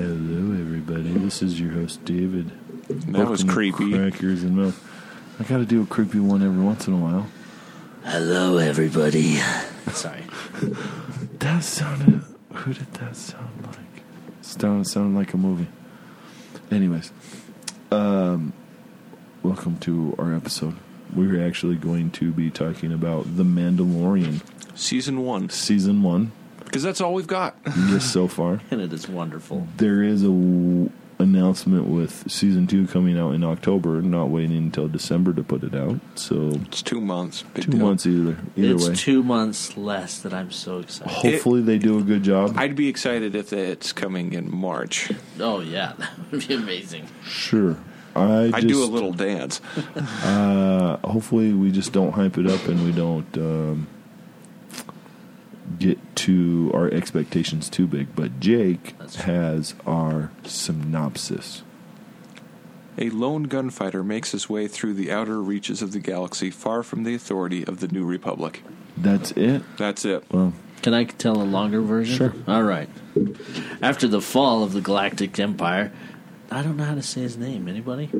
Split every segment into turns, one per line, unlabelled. Hello, everybody. This is your host, David.
That was
Welcome to
creepy.
Crackers and milk. I got to do a creepy one every once in a while.
Hello, everybody. Sorry.
That sounded. Who did that sound like? Sounded sounded like a movie. Anyways, um, welcome to our episode. We're actually going to be talking about The Mandalorian,
Season one,
season one.
because that's all we've got.
Just so far,
And it is wonderful.
there is a w- announcement with season two coming out in October. Not waiting until December to put it out. So
It's two months. Big
two
deal.
months either. Either
it's
way,
two months less that I'm so excited.
hopefully they do a good job.
I'd be excited if it's coming in March.
Oh, yeah. That would be amazing.
sure. I just,
I do a little dance.
Uh, hopefully, we just don't hype it up and we don't um, get to our expectations too big. But Jake
That's true.
has our synopsis.
A lone gunfighter makes his way through the outer reaches of the galaxy, far from the authority of the New Republic.
That's it.
That's it.
Well,
Can I tell a longer version?
Sure.
All right. After the fall of the Galactic Empire, I don't know how to say his name. Anybody?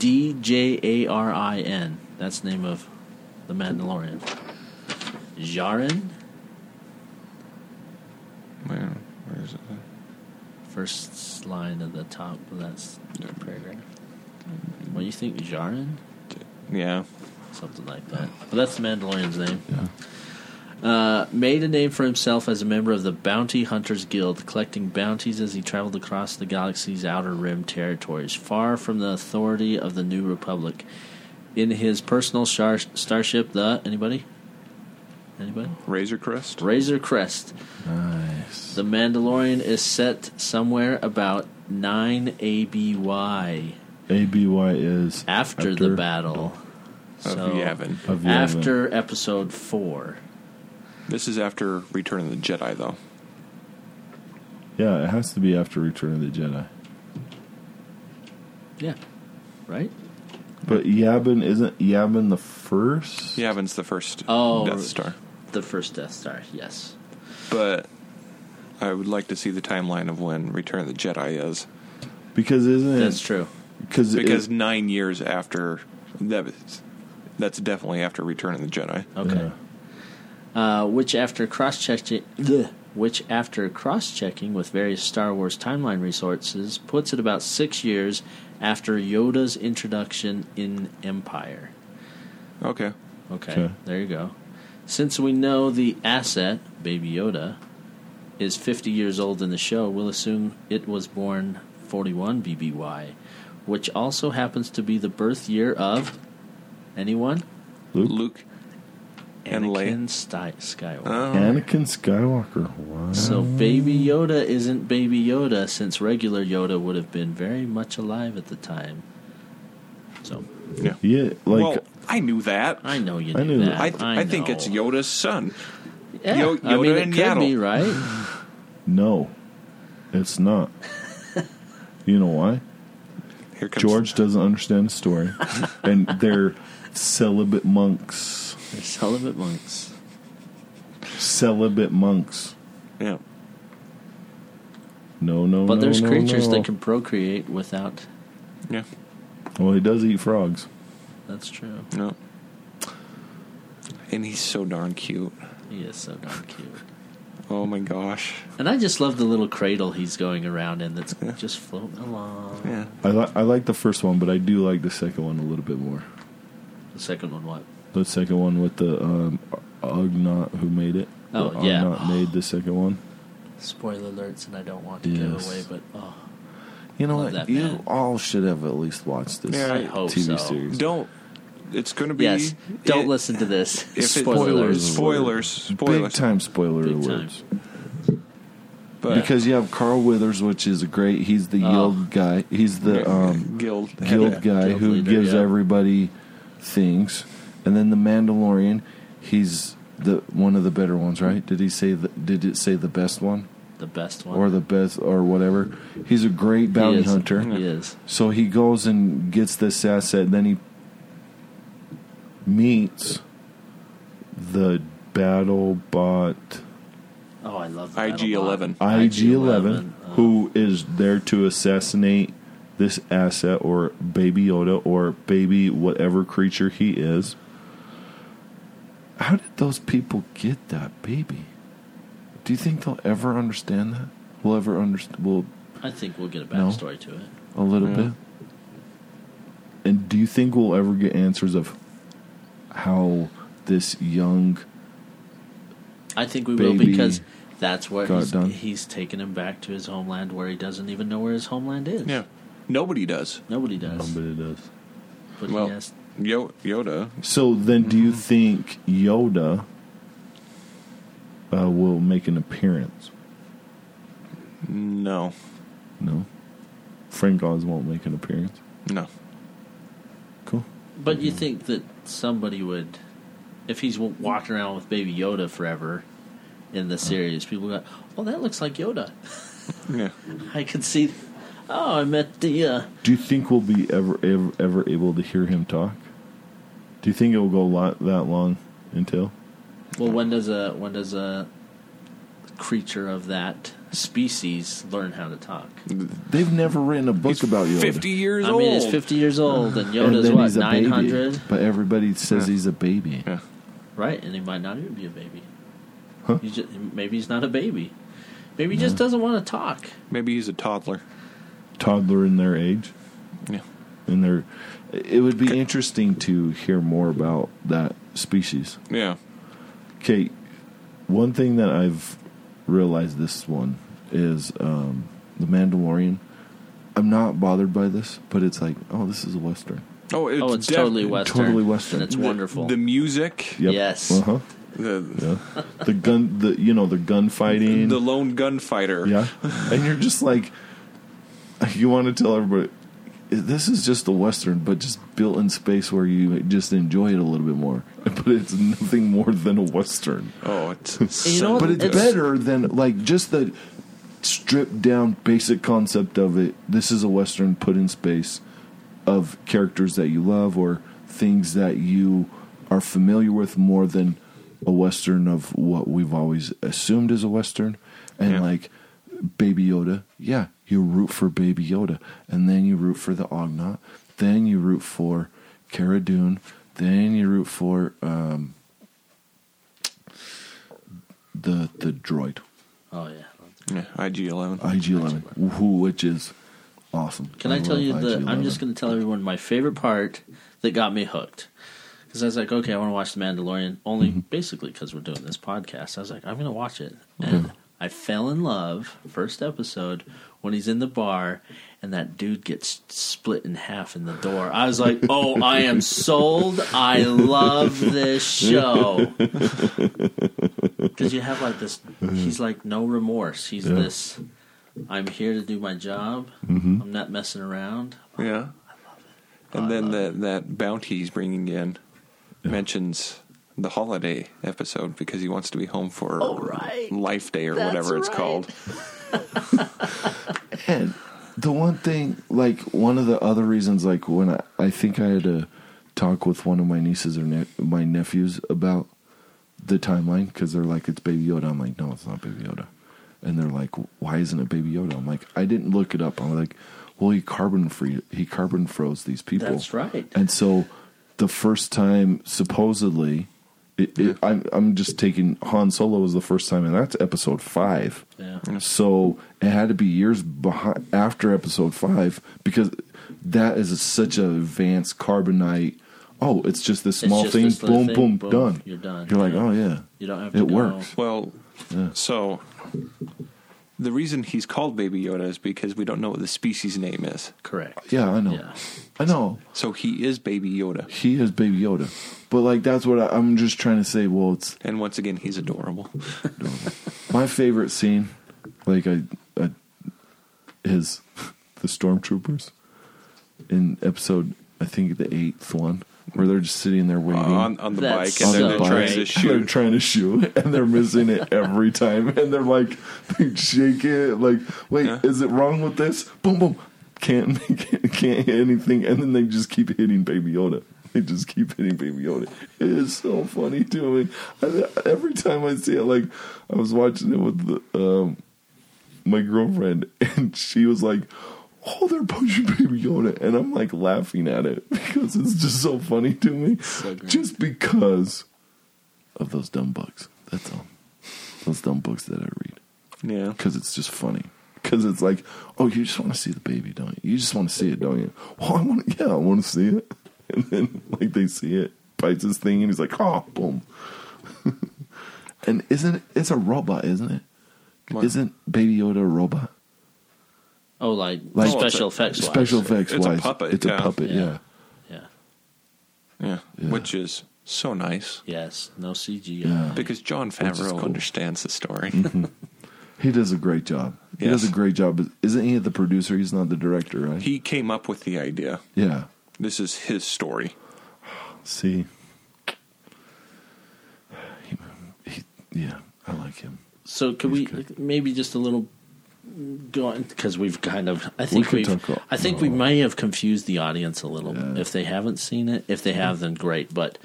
D J A R I N. That's the name of the Mandalorian. Jaren,
Where- where is it?
first line at the top of that s- paragraph. What do you think, Jaren?
Yeah.
something like that. But that's the Mandalorian's name. Uh, made a name for himself as a member of the Bounty Hunters Guild, collecting bounties as he traveled across the galaxy's outer rim territories, far from the authority of the New Republic. In his personal shar- starship, the anybody, anybody,
Razor Crest?
Razor Crest,
nice.
the Mandalorian is set somewhere about nine ABY
ABY is
after, the battle.
Of Yavin.
Of Yavin.
after episode four.
This is after Return of the Jedi, though.
Yeah, it has to be after Return of the Jedi.
Yeah. Right?
But Yavin isn't Yavin the first.
Yavin's the first
Oh.
Death Star.
The first Death Star, yes.
But I would like to see the timeline of when Return of the Jedi is.
because isn't
That's
it?
true.
Because
because nine years after that was- that's definitely after Return of the Jedi.
Oh.
Okay. Uh, which after cross checking which after cross checking with various Star Wars timeline resources puts it about six years after Yoda's introduction in Empire.
Okay,
Okay,
Okay.
there you go. Since we know the asset, Baby Yoda, is 50 years old in the show, we'll assume it was born 41 BBY, which also happens to be the birth year of anyone?
Luke,
Luke. And
Anakin Sty- Skywalker.
Oh,
Anakin Skywalker. Wow.
So Baby Yoda isn't Baby Yoda since regular Yoda would have been very much alive at the time. So
yeah.
yeah, like
well, I knew that.
I know you
I
knew
knew
that.
that.
I, th- I, think
know.
it's Yoda's son.
Yeah,
Yo-
I mean,
Yoda
it
and
could be,
Yaddle.
right?
No, it's not. you know why?
Here comes
George doesn't understand the story, and they're celibate monks.
They're celibate monks.
Celibate monks.
Yeah,
No, no,
But
no,
there's
no,
creatures
no.
that can procreate without.
yeah,
Well, he does eat frogs.
That's true.
no. And he's so darn cute.
He is so darn cute.
Oh my gosh.
And I just love the little cradle he's going around in that's
Yeah.
just floating along.
Yeah.
I li- I like the first one, but I do like the second one a little bit more.
The second one, what?
The second one with the um, Ugnaught who made it.
Oh,
the
yeah.
Ugnaught made the second one.
Spoiler alerts, and I don't want to
Yes.
give away, but oh,
You know what?
Love that
You
man.
all should have at least watched this
Yeah, I
hope
TV
so.
series.
Don't. It's going to be.
yes. Don't
it-
listen to this.
If it's
Spoiler
Spoilers.
alerts.
Spoilers.
Big
Spoilers.
time spoiler
Big time.
alerts.
But
Because you have Carl Withers, which is great. He's the
Oh.
guild guy. He's the um,
guild
guild guy
Guild
who
leader,
gives
yeah.
everybody things, and then the Mandalorian. He's the one of the better ones, right? Did he say? The, did it say the best one
The best one.
or the best or whatever? He's a great bounty
he is.
hunter.
He is.
So he goes and gets this asset, then he meets the battle bot
Oh, I love the
IG-11.
Battlebot.
IG-11.
IG-11.
who is there to assassinate this asset or baby Yoda or baby whatever creature he is. How did those people get that baby? Do you think they'll ever understand that? We'll ever understand? Will
Uh, I think we'll get a
No.
backstory to it.
a little
Yeah.
bit? And do you think we'll ever get answers of how this young?
I think we will
Baby
because that's where
got
he's,
done.
he's taken him back to his homeland where he doesn't even know where his homeland is.
Yeah. Nobody does.
Nobody does.
Nobody does.
But
Well,
he has,
Yo- Yoda.
So then, do you think Yoda uh, will make an appearance?
No.
No, Frank Oz won't make an appearance.
No.
Cool.
but
mm-hmm.
you think that somebody would, if he's w- walking around with Baby Yoda forever in the series, people go, "Oh, that looks like Yoda."
Yeah.
I could see. Oh, I met the. Uh,
Do you think we'll be ever ever, ever able to hear him talk? Do you think it will go lot, that long until?
well, when does a when does a creature of that species learn how to talk?
They've never written a book about Yoda.
50 years
I
old.
mean, it's fifty years old, and
and
Yoda's
then
what
he's a
nine
baby.
hundred,
But everybody says
Yeah.
he's a baby.
Yeah.
right? And he might not even be a baby.
Huh?
He's just, maybe he's not a baby. Maybe he just doesn't want to talk.
Maybe he's a toddler.
Toddler in their age.
Yeah.
and they're it would be interesting to hear more about that species
Yeah.
okay one thing that i've realized this one is um, the mandalorian i'm not bothered by this but it's like oh this is a western
Oh, it's,
oh, it's
def-
totally western.
totally Western.
And it's
the-
wonderful.
The music.
Yes.
uh-huh
The,
yeah. the gun the you know the gunfighting
the lone gunfighter.
yeah and you're just like you want to tell everybody this is just a western but just built in space where you just enjoy it a little bit more but it's nothing more than a western
Oh, it's.
You know
so
what?
But it's
good.
better than like just the stripped down basic concept of it. This is a western put in space of characters that you love or things that you are familiar with more than a western of what we've always assumed is a western and
Yeah.
like baby yoda yeah you root for baby yoda and then you root for the ognot then you root for Cara Dune then you root for um the the droid
oh yeah.
Yeah, IG-11.
IG11, who which is awesome.
Can I, tell
love
you the? I'm just
IG-11.
going to tell everyone my favorite part that got me hooked. Because I was like, okay, I want to watch The Mandalorian only basically because we're doing this podcast. I was like, I'm going to watch it, and I fell in love first episode when he's in the bar and that dude gets split in half in the door. I was like, oh, I am sold. I love this show because you have like this. He's like no remorse. He's this. I'm here to do my job.
Mm-hmm.
I'm not messing around.
Yeah. And
I
then
love
that that bounty he's bringing in mentions the holiday episode because he wants to be home for
Oh, right.
Life Day or
That's
whatever it's
right.
called.
And the one thing, like one of the other reasons, like when I, I think I had a talk with one of my nieces or ne- my nephews about the timeline because they're like, it's Baby Yoda. I'm like, no, it's not Baby Yoda. And they're like, why isn't it Baby Yoda? I'm like, I didn't look it up. I'm like, well, he carbon free, he carbon froze these people.
That's right.
And so the first time, supposedly, it, it, I'm, I'm just taking Han Solo was the first time, and that's episode five.
Yeah.
So it had to be years behind after episode five because that is such an advanced carbonite. Oh, it's just this
It's
small
just
thing.
this little
boom,
thing,
boom,
boom,
done.
you're done.
You're like,
Yeah.
oh yeah,
You don't have to
it
go-
works.
Well, so the reason he's called Baby Yoda is because we don't know what the species name is.
Correct.
Yeah, I know.
Yeah.
I know.
So he is Baby Yoda.
He is Baby Yoda, but like that's what I, I'm just trying to say. Well, it's
And once again, he's adorable.
My favorite scene, like I, I is the stormtroopers in episode I think the eighth one where they're just sitting there waiting.
Uh, on, on the
That's
bike, and
on
then
so
they're
bike.
trying to
great.
They're
shoot.
trying to shoot, and they're missing it every time. And they're like, they shake it, like, wait,
Yeah.
is it wrong with this? Boom, boom, can't make it, can't hit anything. And then they just keep hitting Baby Yoda. They just keep hitting Baby Yoda. It is so funny to uh, me. I, every time I see it, like, I was watching it with the, um, my girlfriend, and she was like, "Oh, they're pushing Baby Yoda," and I'm like laughing at it because it's just so funny to me,
So great.
just because of those dumb books. That's all. Those dumb books that I read
Yeah.
because it's just funny. Because it's like, oh, you just want to see the baby, don't you? You just want to see it, don't you? Well, I want, yeah, I want to see it. And then like they see it, bites his thing, and he's like, oh, boom. and isn't it, it's a robot, isn't it?
What?
not Baby Yoda a robot?
Oh, like,
Like-
special effects. wise.
Special effects
It's a
wise,
puppet,
It's a
yeah.
puppet,
Yeah.
yeah.
Yeah.
Yeah.
Yeah.
Which is so nice
Yes. No CGI.
Yeah.
because John
is
Favreau
cool. Mm-hmm.
understands the story.
He does a great job. He
Yes.
does a great job. Isn't he the producer? He's not the director, right?
he came up with the idea.
yeah.
This is his story.
See. He, he, yeah, I like him.
So could we
He's good.
maybe just a little go because we've kind of I think
could
we have
talk-
I think we
no.
may have confused the audience a little
Yeah.
if they haven't seen it. If they have, then great. But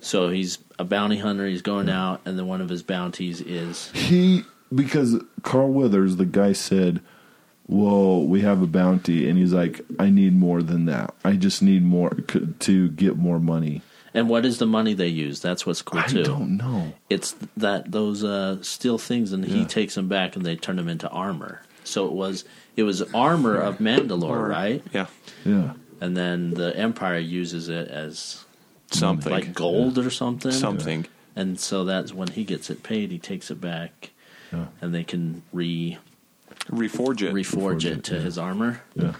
so he's a bounty hunter. He's going out, and then one of his bounties is
He because Carl Withers, the guy said, "Well, we have a bounty," and he's like, "I need more than that. I just need more c- to get more money."
and what is the money they use? That's what's cool
I
too.
don't know.
It's that those uh, steel things, and he
Yeah.
takes them back, and they turn them into armor. So it was it was armor of Mandalore, right?
Yeah.
Yeah,
And then the Empire uses it as
Something.
like gold or something.
Something.
And so that's when he gets it paid, he takes it back,
yeah,
and they can re
Reforge it.
reforge it to his armor.
yeah.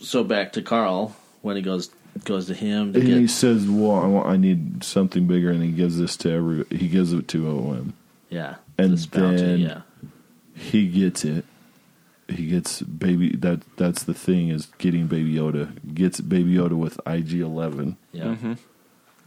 So back to Carl when he goes goes to him to
And he
get
says, "Well, I, want, I need something bigger," and he gives this to every. He gives it to OM.
yeah
and
this bounty,
then-
yeah
He gets it. He gets baby. That that's the thing is getting Baby Yoda. Gets Baby Yoda with IG Eleven,
yeah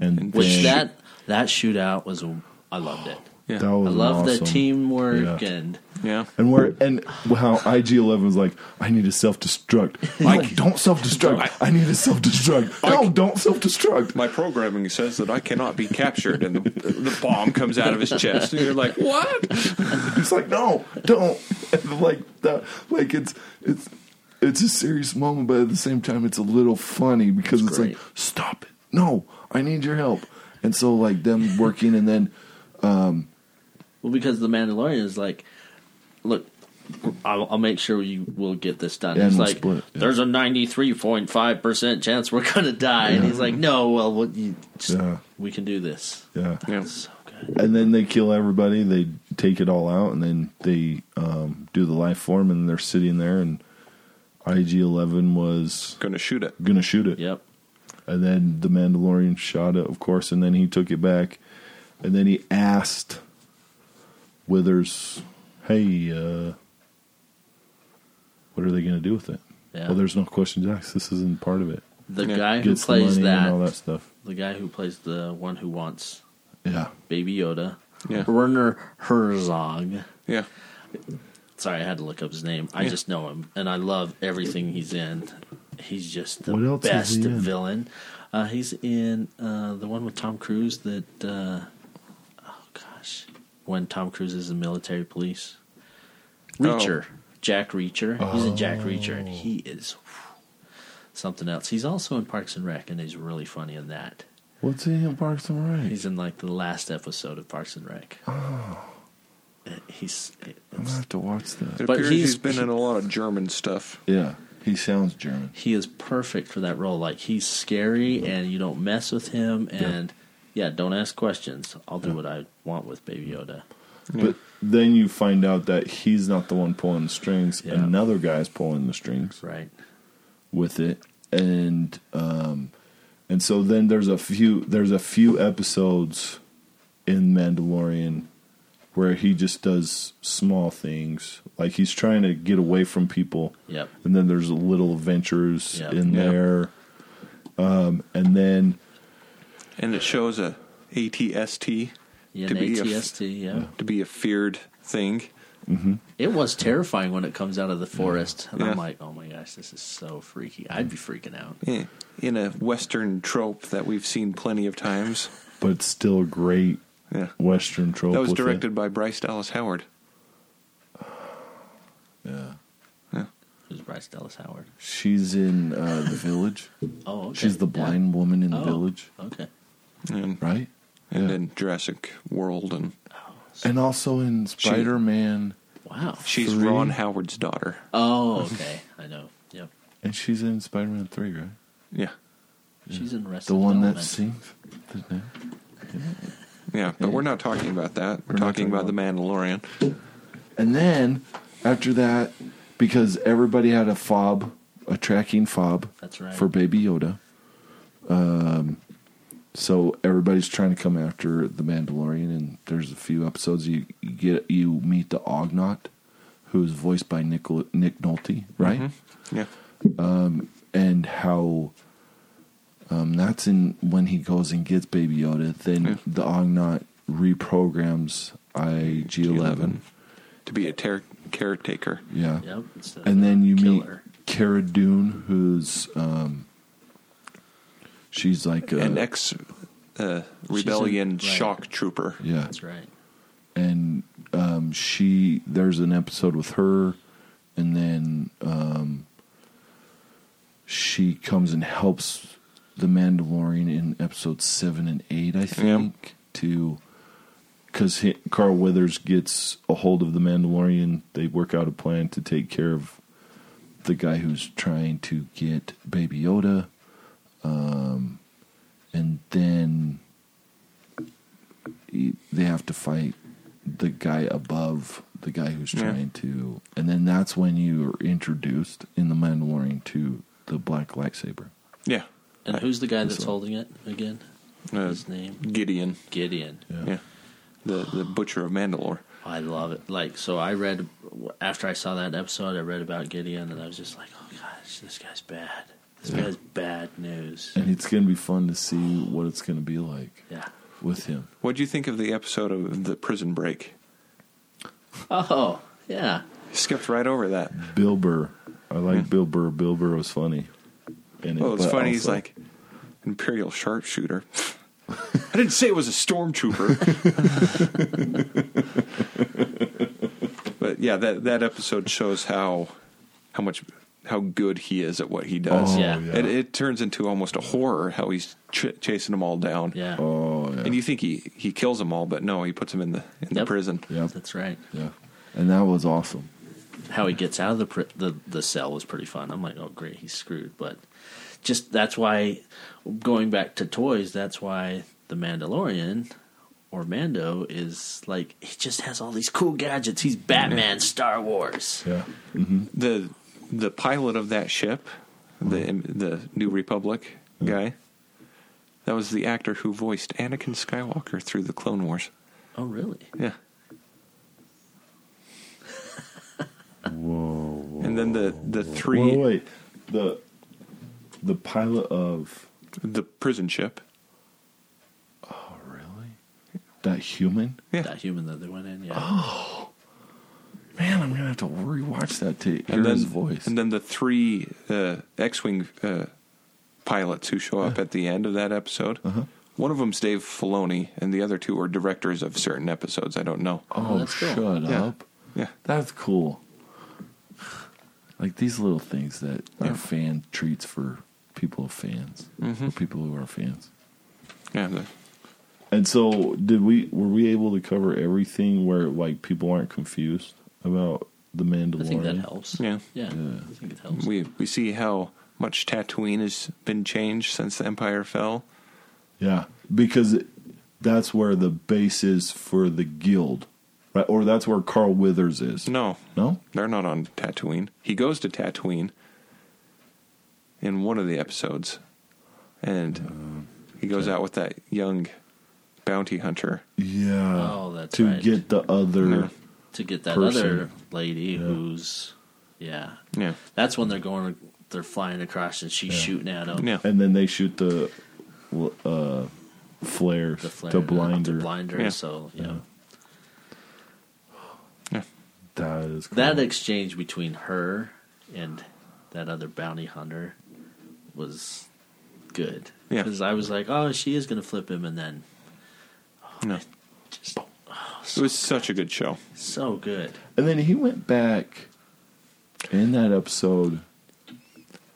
and
which
Mm-hmm. then-
that that shootout was I loved it.
yeah.
that was
I love
awesome.
the teamwork
Yeah.
and
yeah.
And where and how IG Eleven was like, I need to self destruct. Like, don't self destruct. I need to self destruct. No, don't self destruct.
My programming says that I cannot be captured, and the, the bomb comes out of his chest, and you're like, "What?"
It's like, no, don't. And like that. Like it's it's it's a serious moment, but at the same time, it's a little funny because
It's
it's,
great.
like, stop it. No, I need your help. And so like them working, and then
well because the Mandalorian is like look. I'll, I'll make sure you will get this done.
Yeah,
he's
and we'll
like,
split, yeah.
there's a 93.5% chance we're going to die. And he's like, no, well, what you just,
Yeah.
we can do this.
yeah,
Yeah.
So good.
and then they kill everybody. They take it all out, and then they um, do the life form, and they're sitting there, and IG Eleven was
Going to shoot it.
gonna shoot it.
Yep.
And then the Mandalorian shot it, of course, and then he took it back. And then he asked Withers, hey, uh, what are they going to do with it?
Yeah.
Well, there's no questions asked. This isn't part of it.
The
Yeah.
guy who
Gets the
plays
money and
that,
all that stuff.
the guy who plays the one who wants
Yeah.
Baby Yoda,
Yeah.
Werner Herzog.
Yeah,
Sorry, I had to look up his name. I
Yeah.
just know him, and I love everything he's in. He's just the
What else is
best
he in?
villain. Uh, he's in uh, the one with Tom Cruise that, uh, oh gosh, when Tom Cruise is in military police.
Oh.
Reacher, Jack Reacher. He's in Jack Reacher, and he
Oh.
is whew, something else. He's also in Parks and Rec, and he's really funny in that.
What's he in Parks and Rec?
He's in like the last episode of Parks and Rec. Oh, he's uh,
I'm going to have to watch that.
it
But
appears
he's-
he's been in a lot of German stuff.
Yeah. He sounds German.
he is perfect for that role. Like he's scary, and you don't mess with him, and yeah, don't ask questions. I'll do what I want with Baby Yoda.
But then you find out that he's not the one pulling the strings.
Yeah.
Another guy's pulling the strings.
Right?
with it and um and so then there's a few there's a few episodes in Mandalorian where he just does small things like he's trying to get away from people
Yep.
and then there's little adventures
Yeah.
in
Yeah.
there um and then
and it shows a ATST
Yeah,
to
and
be a f-
ATST. Yeah.
to be a feared thing.
it was terrifying when it comes out of the forest, and
Yeah.
I'm like, oh my gosh, this is so freaky. I'd be freaking out.
Eh, In a Western trope that we've seen plenty of times.
but it's still a great
Yeah.
western trope
That was
with it.
directed by Bryce Dallas Howard.
Yeah.
Who's Bryce Dallas Howard?
She's in uh, the village.
Oh, okay.
She's the
Yeah.
blind woman in the
Oh,
village,
Okay.
and,
right?
and
Yeah.
then Jurassic World, and
And also in Spider Man,
Wow.
she's
Three.
Ron Howard's daughter.
Oh, okay. I know. Yep.
and she's in Spider Man Three, right?
Yeah,
She's in Arrested
The one that
Development.
sings. The name?
yeah, but we're not talking about that. We're,
We're not
talking
talking
about the Mandalorian.
And then after that, because everybody had a fob, a tracking fob
That's right.
for Baby Yoda. Um, so everybody's trying to come after the Mandalorian, and there's a few episodes you, you get you meet the Ognaut, who is voiced by Nicol- Nick Nolte, right?
Mm-hmm.
Yeah,
and how um, that's in when he goes and gets Baby Yoda. Then
Yeah.
the Ognaut reprograms IG Eleven.
to be a ter- caretaker.
Yeah.
Yep. it's the
and then you
killer.
meet Cara Dune, who's um, she's like a,
An ex uh, rebellion
She's in- right.
shock trooper.
yeah,
That's right.
and um, she there's an episode with her, and then um, she comes and helps the Mandalorian in episode seven and eight, I think, to because Carl Withers gets a hold of the Mandalorian. They work out a plan to take care of the guy who's trying to get Baby Yoda, um, and then he- they have to fight the guy above the guy who's
Yeah.
trying to, and then that's when you are introduced in the Mandalorian to the black lightsaber.
Yeah,
And who's the guy that's
So-
holding it again?
uh,
His name
Gideon.
Gideon.
Yeah.
Yeah, the the butcher of Mandalore.
I love it. Like so, I read after I saw that episode, I read about Gideon, and I was just like, oh gosh, this guy's bad. This guy's bad news.
And it's gonna be fun to see what it's gonna be like
Yeah.
with him.
What do you think of the episode of the Prison Break?
Oh yeah.
Skipped right over that.
Bill Burr, I like Bill Burr. Bill Burr was funny. And
Oh, it's
but
funny. He's
also-
like Imperial sharpshooter. I didn't say it was a stormtrooper. but yeah, that that episode shows how how much how good he is at what he does.
Oh,
Yeah.
yeah.
It, it turns into almost a horror how he's ch- chasing them all down.
Yeah.
oh yeah,
And you think he, he kills them all, but no, he puts them in the in the
Yep.
prison.
Yep.
That's right.
yeah, and that was awesome.
how he gets out of the pri- the the cell was pretty fun. I'm like, oh great, he's screwed. But just that's why going back to toys, that's why the Mandalorian or Mando is like he just has all these cool gadgets. He's Batman, Star Wars.
Yeah,
the the pilot of that ship, the
Mm-hmm.
the New Republic guy, that was the actor who voiced Anakin Skywalker through the Clone Wars.
Oh really?
Yeah,
whoa. whoa.
and then the the three
Well, wait, the the pilot of
the prison ship.
oh really that human
Yeah,
That human that they went in, yeah.
man. I'm gonna have to rewatch that to hear
and then
his voice.
and then the three uh, X-wing uh, pilots who show
Uh-huh.
up at the end of that episode. One of them's Dave Filoni, and the other two are directors of certain episodes. I don't know.
oh,
that's cool.
shut
Yeah.
up.
Yeah,
That's cool. Like these little things that
Yeah. Mm-hmm.
are fan treats for people of fans, for people who are fans.
yeah. the-
And so, did we were we able to cover everything where like people aren't confused about the Mandalorian?
I think that helps.
Yeah.
Yeah.
Yeah.
I think it helps.
we we see how much Tatooine has been changed since the Empire fell.
Yeah, because it, that's where the base is for the guild, right? Or that's where Carl Withers is.
No,
no,
they're not on Tatooine. He goes to Tatooine in one of the episodes, and he goes out with that young bounty hunter.
yeah.
Oh, that's
to
right.
get the other.
Yeah.
to get that
person.
other lady
Yeah.
who's yeah.
Yeah,
That's when they're going they're flying across and she's shooting at him.
yeah.
and then they shoot the uh, flares,
the
the,
uh, flare,
blinder.
the blinder.
Yeah.
So yeah.
Yeah. That is cool.
that exchange between her and that other bounty hunter was good.
Yeah.
because I was like, oh, she is gonna flip him, and then
No.
just
It was such a good show.
so good.
and then he went back in that episode,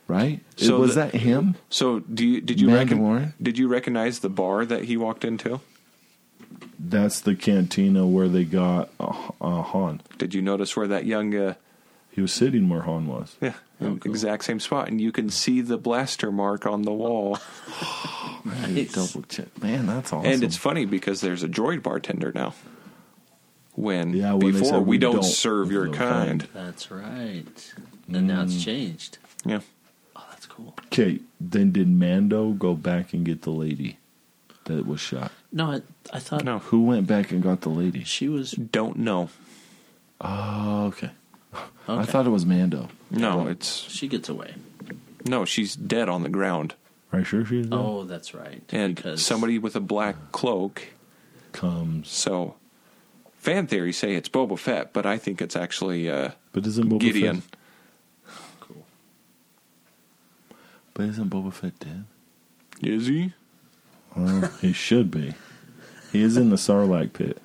right? It-
So
was
the-
that him?
So do you did you
Mandalorian?
recognize did you recognize the bar that he walked into?
That's the cantina where they got uh, uh, Han.
Did you notice where that young uh,
He was sitting where Han was.
yeah
Oh, cool.
exact same spot, and you can see the blaster mark on the wall.
Nice.
Double check, man. That's awesome.
And it's funny because there's a droid bartender now. When
Yeah, when they
before
said
we,
we
don't,
don't
serve your
serve
kind.
kind.
That's right. And now
Mm.
it's changed.
Yeah.
Oh, that's cool.
okay. Then did Mando go back and get the lady that was shot?
No, I, I thought
No.
Who went back and got the lady?
she was.
Don't know.
Oh, okay. I
Okay.
thought it was Mando.
No, it's
she gets away.
no. She's dead on the ground,
Are you sure she did that?
Oh, that's right.
and somebody with a black cloak.
comes?
So, fan theories say it's Boba Fett, but I think it's actually uh,
But isn't Boba
Gideon.
Fett?
Cool.
But isn't Boba Fett dead?
Is he?
Well, he should be. He is in the Sarlacc pit.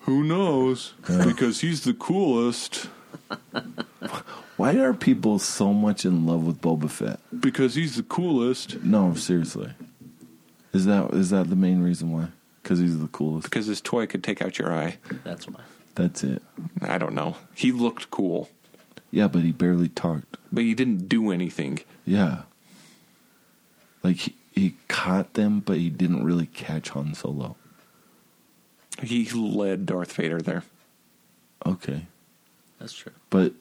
Who knows? Because he's the coolest.
Why are people so much in love with Boba Fett?
Because he's the coolest.
No, seriously. Is that is that the main reason why? Because he's the coolest.
Because his toy could take out your eye.
That's why.
That's it.
I don't know. He looked cool,
Yeah, but he barely talked.
but he didn't do anything.
Yeah. Like he, he caught them, but he didn't really catch Han Solo.
He led Darth Vader there.
Okay,
That's true.
but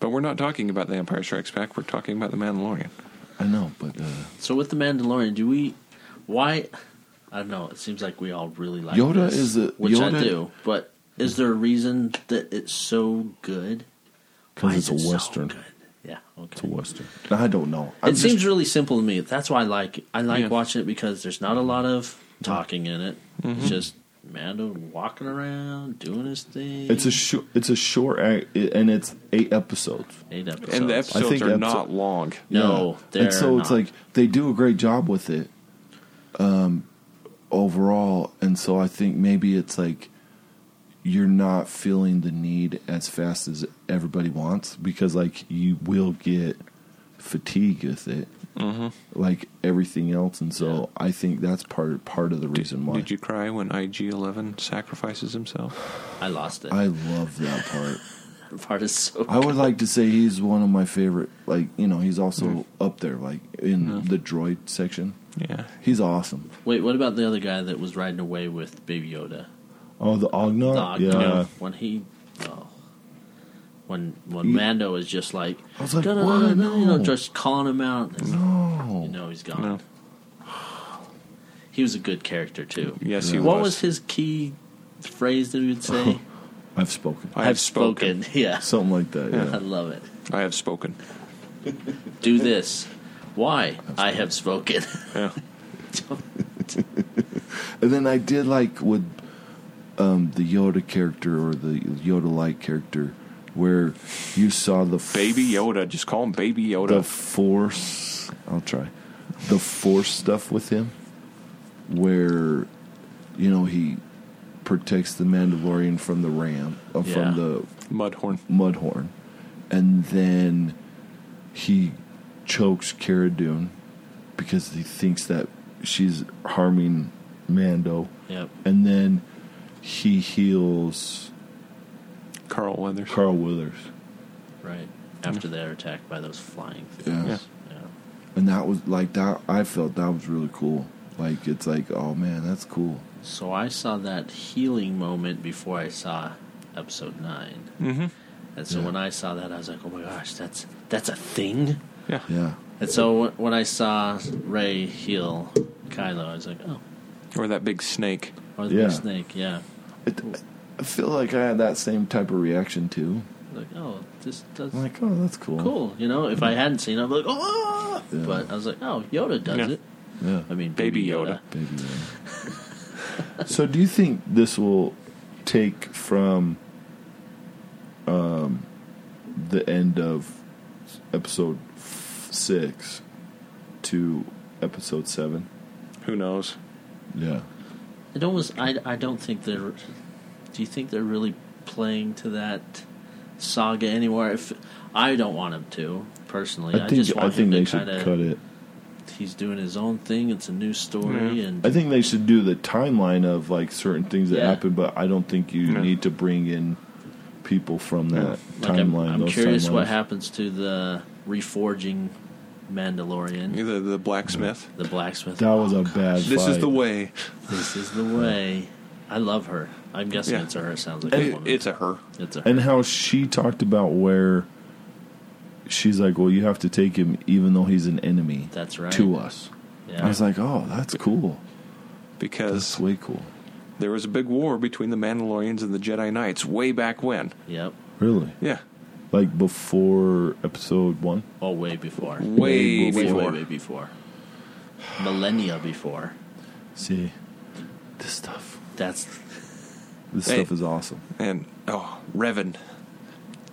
But we're not talking about The Empire Strikes Back. We're talking about The Mandalorian.
I know, but uh,
So with the Mandalorian, do we? Why? I don't know. It seems like we all really like
Yoda
this,
is a-
which I
Yoda-
do. But is there a reason that it's so good? Why
because it's
is it
a
so
western.
good? yeah. Okay.
it's a western. I don't know.
it
I'm just-
seems really simple to me. That's why I like it. I like
Yeah.
watching it because there's not a
Mm-hmm.
lot of talking in it. It's just Mando walking around doing his thing.
it's a short. It's a short, act, and it's eight episodes.
eight episodes.
And the episodes
think
are
episode-
not long.
No, they're
and so it's
not.
like they do a great job with it, um, overall. And so I think maybe it's like you're not feeling the need as fast as everybody wants because like you will get fatigue with it,
Mm-hmm.
like everything else. And so I think that's part part of the reason why
Did you cry when IG 11 sacrifices himself?
I lost it.
I love that part.
That part is so.
I would like to say he's one of my favorite. Like you know, he's also up there, like in the droid section.
Yeah.
He's awesome.
Wait, what about the other guy that was riding away with Baby Yoda?
Oh, the
The
Ognar?
Octo-
Yeah.
When he, oh, when when
You-
Mando is just like,
I was like,
"Da-da-da-da,"
"Why
you know,
no?"
just calling him out. And
No.
You know he's gone.
No.
He was a good character too.
Yes, he
What
was.
was his key phrase that he would say?
I've spoken.
I have spoken.
Yeah.
Something like that,
I
yeah.
love it.
I have spoken.
Do this. Why? I have spoken.
Yeah.
And then I did like with um, the Yoda character or the Yoda like character where you saw the f-
Baby Yoda. Just call him Baby Yoda.
the force I'll try. The force stuff with him where you know he protects the Mandalorian from the ram uh,
Yeah.
from the
Mudhorn.
Mudhorn, and then he chokes Cara Dune because he thinks that she's harming Mando,
yep.
and then he heals
Carl Weathers.
Carl Withers.
Right. After they're attacked by those flying things.
Yeah.
Yeah.
Yeah.
and that was like that. I felt that was really cool. Like it's like, oh man, that's cool.
So I saw that healing moment before I saw episode nine.
Mm-hmm.
And so
Yeah.
when I saw that, I was like, "Oh my gosh, that's that's a thing."
Yeah.
Yeah,
And so wh- when I saw Ray heal Kylo, I was like, "Oh,
Or that big snake.
or the
Yeah.
big snake, yeah."
it, I feel like I had that same type of reaction too.
Like, oh, this does
I'm like, oh, that's cool.
cool. You know, if I hadn't seen, it, I'd be like, "Oh!"
Yeah.
But I was like, "Oh, Yoda does
Yeah.
it."
Yeah.
I mean,
Baby
Baby
Yoda.
Yoda.
Baby so, do you think this will take from um, the end of episode f- six to episode seven?
Who knows?
Yeah.
It almost. I. I don't think they're. Do you think they're really playing to that saga anymore? If I don't want him to personally.
I
I,
think
just
I
want
think they
him to
should
kind of.
cut it.
He's doing his own thing. It's a new story,
Yeah.
and
I think they should do the timeline of like certain things that
Yeah.
happen, but I don't think you
Yeah.
need to bring in people from that
like I'm,
timeline.
I'm
those
curious what
timelines.
happens to the reforging Mandalorian,
The, the blacksmith.
the blacksmith.
That was a bad.
This is
fight.
the way.
This is the way. I love her. I'm guessing
Yeah.
it's a her. It sounds like a
It,
woman.
it's a her.
It's a her.
and how she talked about where she's like, "Well, you have to take him, even though he's an enemy
That's right.
to us."
Yeah.
I was like, "Oh, that's cool. That's
Because
way cool.
there was a big war between the Mandalorians and the Jedi Knights way back when.
yep.
Really?
Yeah.
Like before episode one?
Oh, way before.
Way
Way,
way,
before.
way, way before. Millennia before.
See, this stuff.
That's
This
Hey.
stuff is awesome.
And, oh, Revan.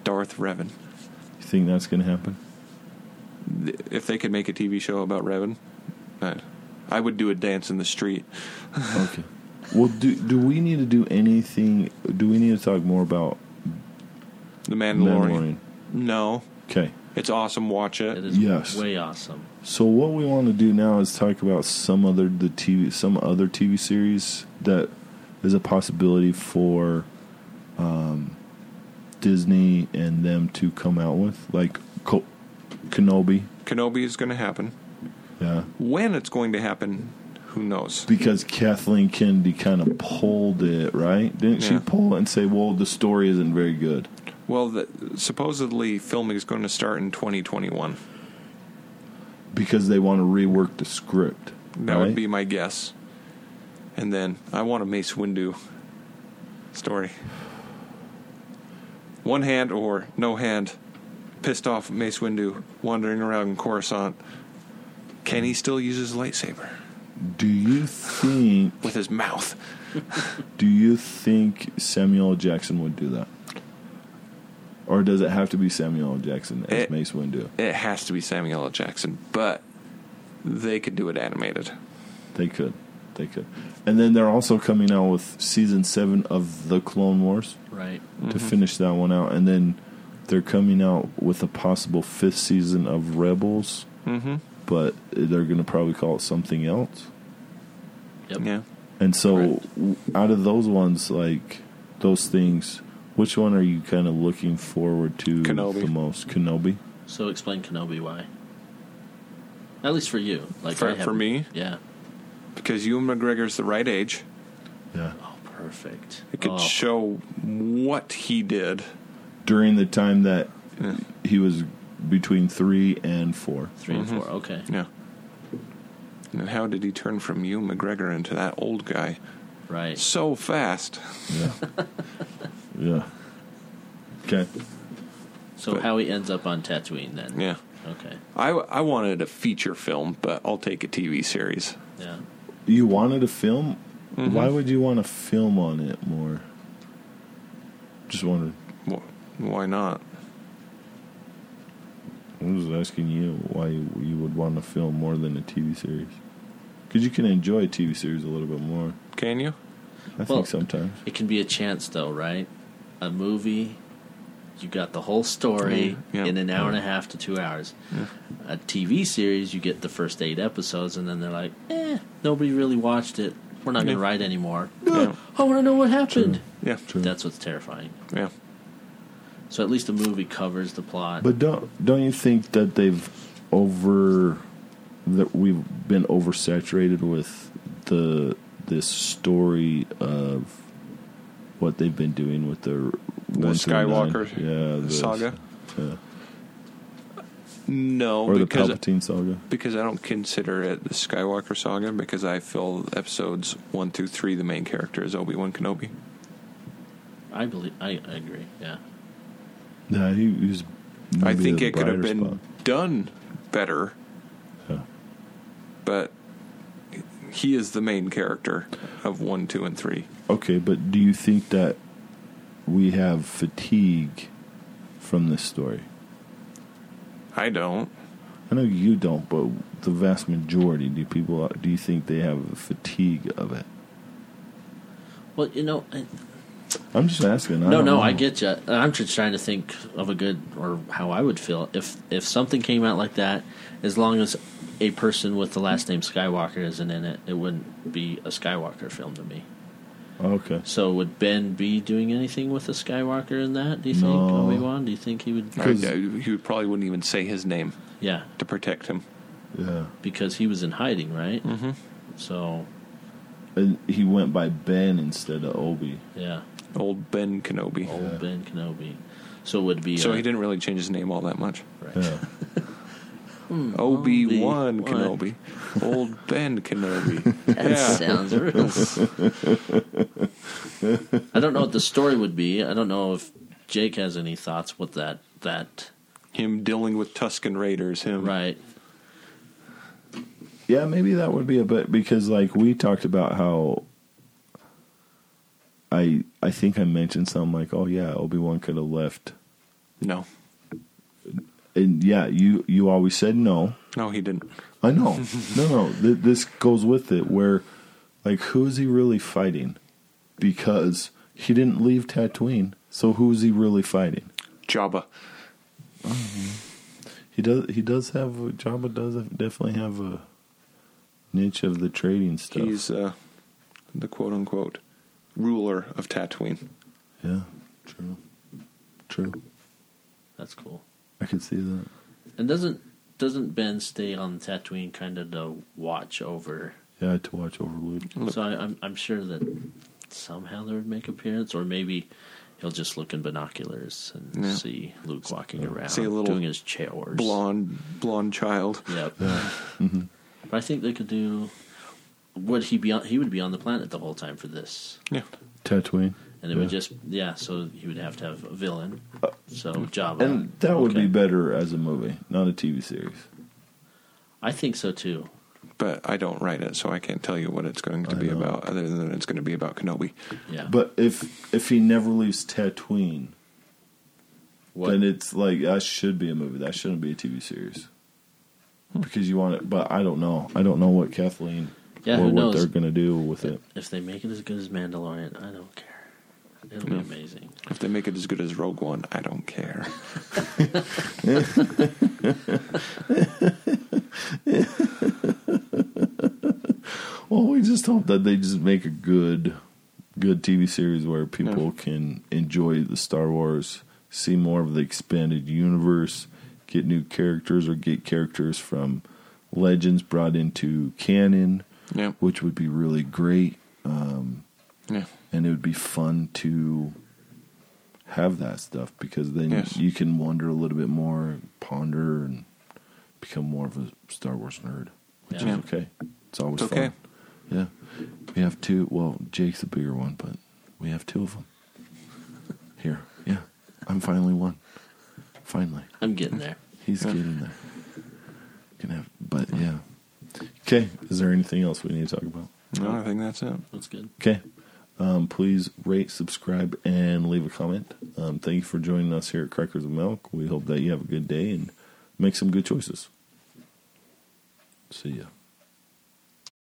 Darth Revan.
You think that's gonna happen?
Th- If they could make a TV show about Revan, I, I would do a dance in the street.
Okay. Well, do do we need to do anything? Do we need to talk more about
The
Mandalorian?
Mandalorian. No.
Okay.
It's awesome. Watch it.
it is
Yes.
way awesome.
So what we want to do now is talk about some other the TV some other TV series that is a possibility for um, Disney and them to come out with, like Co- Kenobi.
Kenobi is going to happen.
Yeah,
When it's going to happen, who knows?
because Kathleen Kennedy kind of pulled it, right? Didn't she
Yeah.
pull it and say, "Well, the story isn't very good"?
Well, the, supposedly filming is going to start in 2021.
because they want to rework the script.
That
right?
would be my guess. And then I want a Mace Windu story. One hand or no hand, pissed off Mace Windu wandering around Coruscant. Can he still use his lightsaber
Do you think?
with his mouth?
Do you think Samuel L. Jackson would do that, or does it have to be Samuel L. Jackson as
It-
Mace Windu?
It has to be Samuel L. Jackson, but they could do it animated.
They could, they could, and then they're also coming out with season seven of the Clone Wars
Right.
to finish that one out, and then they're coming out with a possible fifth season of Rebels,
Mm-hmm.
but they're going to probably call it something else.
Yep.
Yeah.
And so,
Right.
w- out of those ones, like those things, which one are you kind of looking forward to
Kenobi.
the most? Kenobi.
So explain Kenobi why. At least for you. Like
For-
I
for
haven't-
me?
Yeah.
Because Ewan McGregor's the right age.
Yeah.
Oh, perfect.
It could
Oh,
show what he did.
During the time that
Yeah.
he was between three and four,
three and
Mm-hmm.
four. Okay.
Yeah. And how did he turn from you, McGregor, into that old guy
Right.
so fast?
yeah, yeah. Okay,
So how he ends up on Tatooine then?
Yeah.
Okay.
I, I wanted a feature film, but I'll take a TV series.
Yeah.
you wanted a film. Why would you want to film on it more? Just wondering.
Wh- Why not?
I was asking you why you would want to film more than a TV series. Because you can enjoy a TV series a little bit more.
Can you?
I
Well,
think sometimes.
It can be a chance though, right? A movie, you got the whole story
Yeah, yeah.
in an hour and a half to two hours. A TV series, you get the first eight episodes, and then they're like, eh, nobody really watched it. We're not going
Yeah.
to write anymore.
Yeah.
I want to know what happened.
Yeah.
True.
That's what's terrifying.
Yeah.
So at least a movie covers the plot.
But don't don't you think that they've over that we've been oversaturated with the this story of what they've been doing with the
The
one through nine?
Skywalker
yeah the-
saga?
yeah.
No,
or the
because uh,
Palpatine saga
because I don't consider it the Skywalker saga because I feel episodes one through three the main character is Obi Wan Kenobi.
I believe I, I agree. Yeah.
yeah he, he was
I
maybe
think
the
it could have
brighter
been
spot.
done better,
Yeah.
but he is the main character of one, two, and three.
Okay, but do you think that we have fatigue from this story?
I don't.
I know you don't, but the vast majority do people do you think they have a fatigue of it?
Well, you know, I,
I'm just asking. I
No,
don't
no,
know.
I get you. I'm just trying to think of a good or how I would feel if if something came out like that. As long as a person with the last name Skywalker isn't in it, it wouldn't be a Skywalker film to me.
Okay.
So would Ben be doing anything with a Skywalker in that? Do you think
No.
Obi Wan? Do you think he would?
I-
'Cause-
I- he would- probably wouldn't even say his name
Yeah,
to protect him.
Yeah.
because he was in hiding, right?
Mm-hmm.
So
And he went by Ben instead of Obi.
yeah,
Old Ben Kenobi.
old
Yeah.
Ben Kenobi. So it would be
So
a-
he didn't really change his name all that much.
right.
Yeah.
Obi Wan
Obi-Wan.
Kenobi, old Ben Kenobi.
That
Yeah.
sounds real. s- I don't know what the story would be. I don't know if Jake has any thoughts with that. That
him dealing with Tuscan Raiders. Him.
right?
Yeah, maybe that would be a bit because like we talked about how I I think I mentioned something like, oh yeah, Obi Wan could have left,
No.
and yeah, you you always said no.
No, he didn't.
I know, no, no, th- this goes with it where like who's he really fighting? Because he didn't leave Tatooine, so who's he really fighting?
Jabba.
He does he does have Jabba does definitely have a niche of the trading stuff.
He's uh, the quote unquote ruler of Tatooine.
yeah, true, true.
That's cool.
I could see that.
And doesn't doesn't Ben stay on Tatooine kind of to watch over?
Yeah, to watch over Luke.
Look.
So I, I'm I'm sure that somehow they would make appearance, or maybe he'll just look in binoculars and
Yeah.
see Luke walking around,
See a little
doing his chores.
Blonde, blonde child.
Yep.
Mm-hmm.
But I think they could do. Would he be on? He would be on the planet the whole time for this,
Yeah.
Tatooine.
and it would
Yeah. Uh,
just yeah. So he would have to have a villain. So Jabba,
And that would
Okay.
be better as a movie, not a TV series.
I think so too.
But I don't write it, so I can't tell you what it's going to
I
be
know.
about, other than it's going to be about Kenobi.
Yeah,
But if if he never leaves Tatooine,
what,
then it's like that should be a movie. That shouldn't be a TV series. Because you want it, but I don't know. I don't know what Kathleen
Yeah,
or
who
what
knows?
they're going to do with it.
if they make it as good as Mandalorian, I don't care. It'll
Yeah.
be amazing.
If they make it as good as Rogue One, I don't care.
Well, we just hope that they just make a good, good TV series where people can enjoy the Star Wars, see more of the expanded universe, get new characters or get characters from legends brought into canon,
Yeah.
which would be really great,
Yeah.
and it would be fun to have that stuff because then
Yes.
you can wonder a little bit more, ponder, and become more of a Star Wars nerd, which is
Yeah.
okay. It's always
It's
fun.
okay.
Yeah. We have two. Well, Jake's the bigger one, but we have two of them. Here. Yeah. I'm finally one. Finally.
I'm getting there.
He's getting there. Gonna have, but yeah. Okay. Is there anything else we need to talk about?
No, I think that's it.
That's good.
Okay. Um, please rate, subscribe, and leave a comment. Um, thank you for joining us here at Crackers and Milk. We hope that you have a good day and make some good choices. See ya.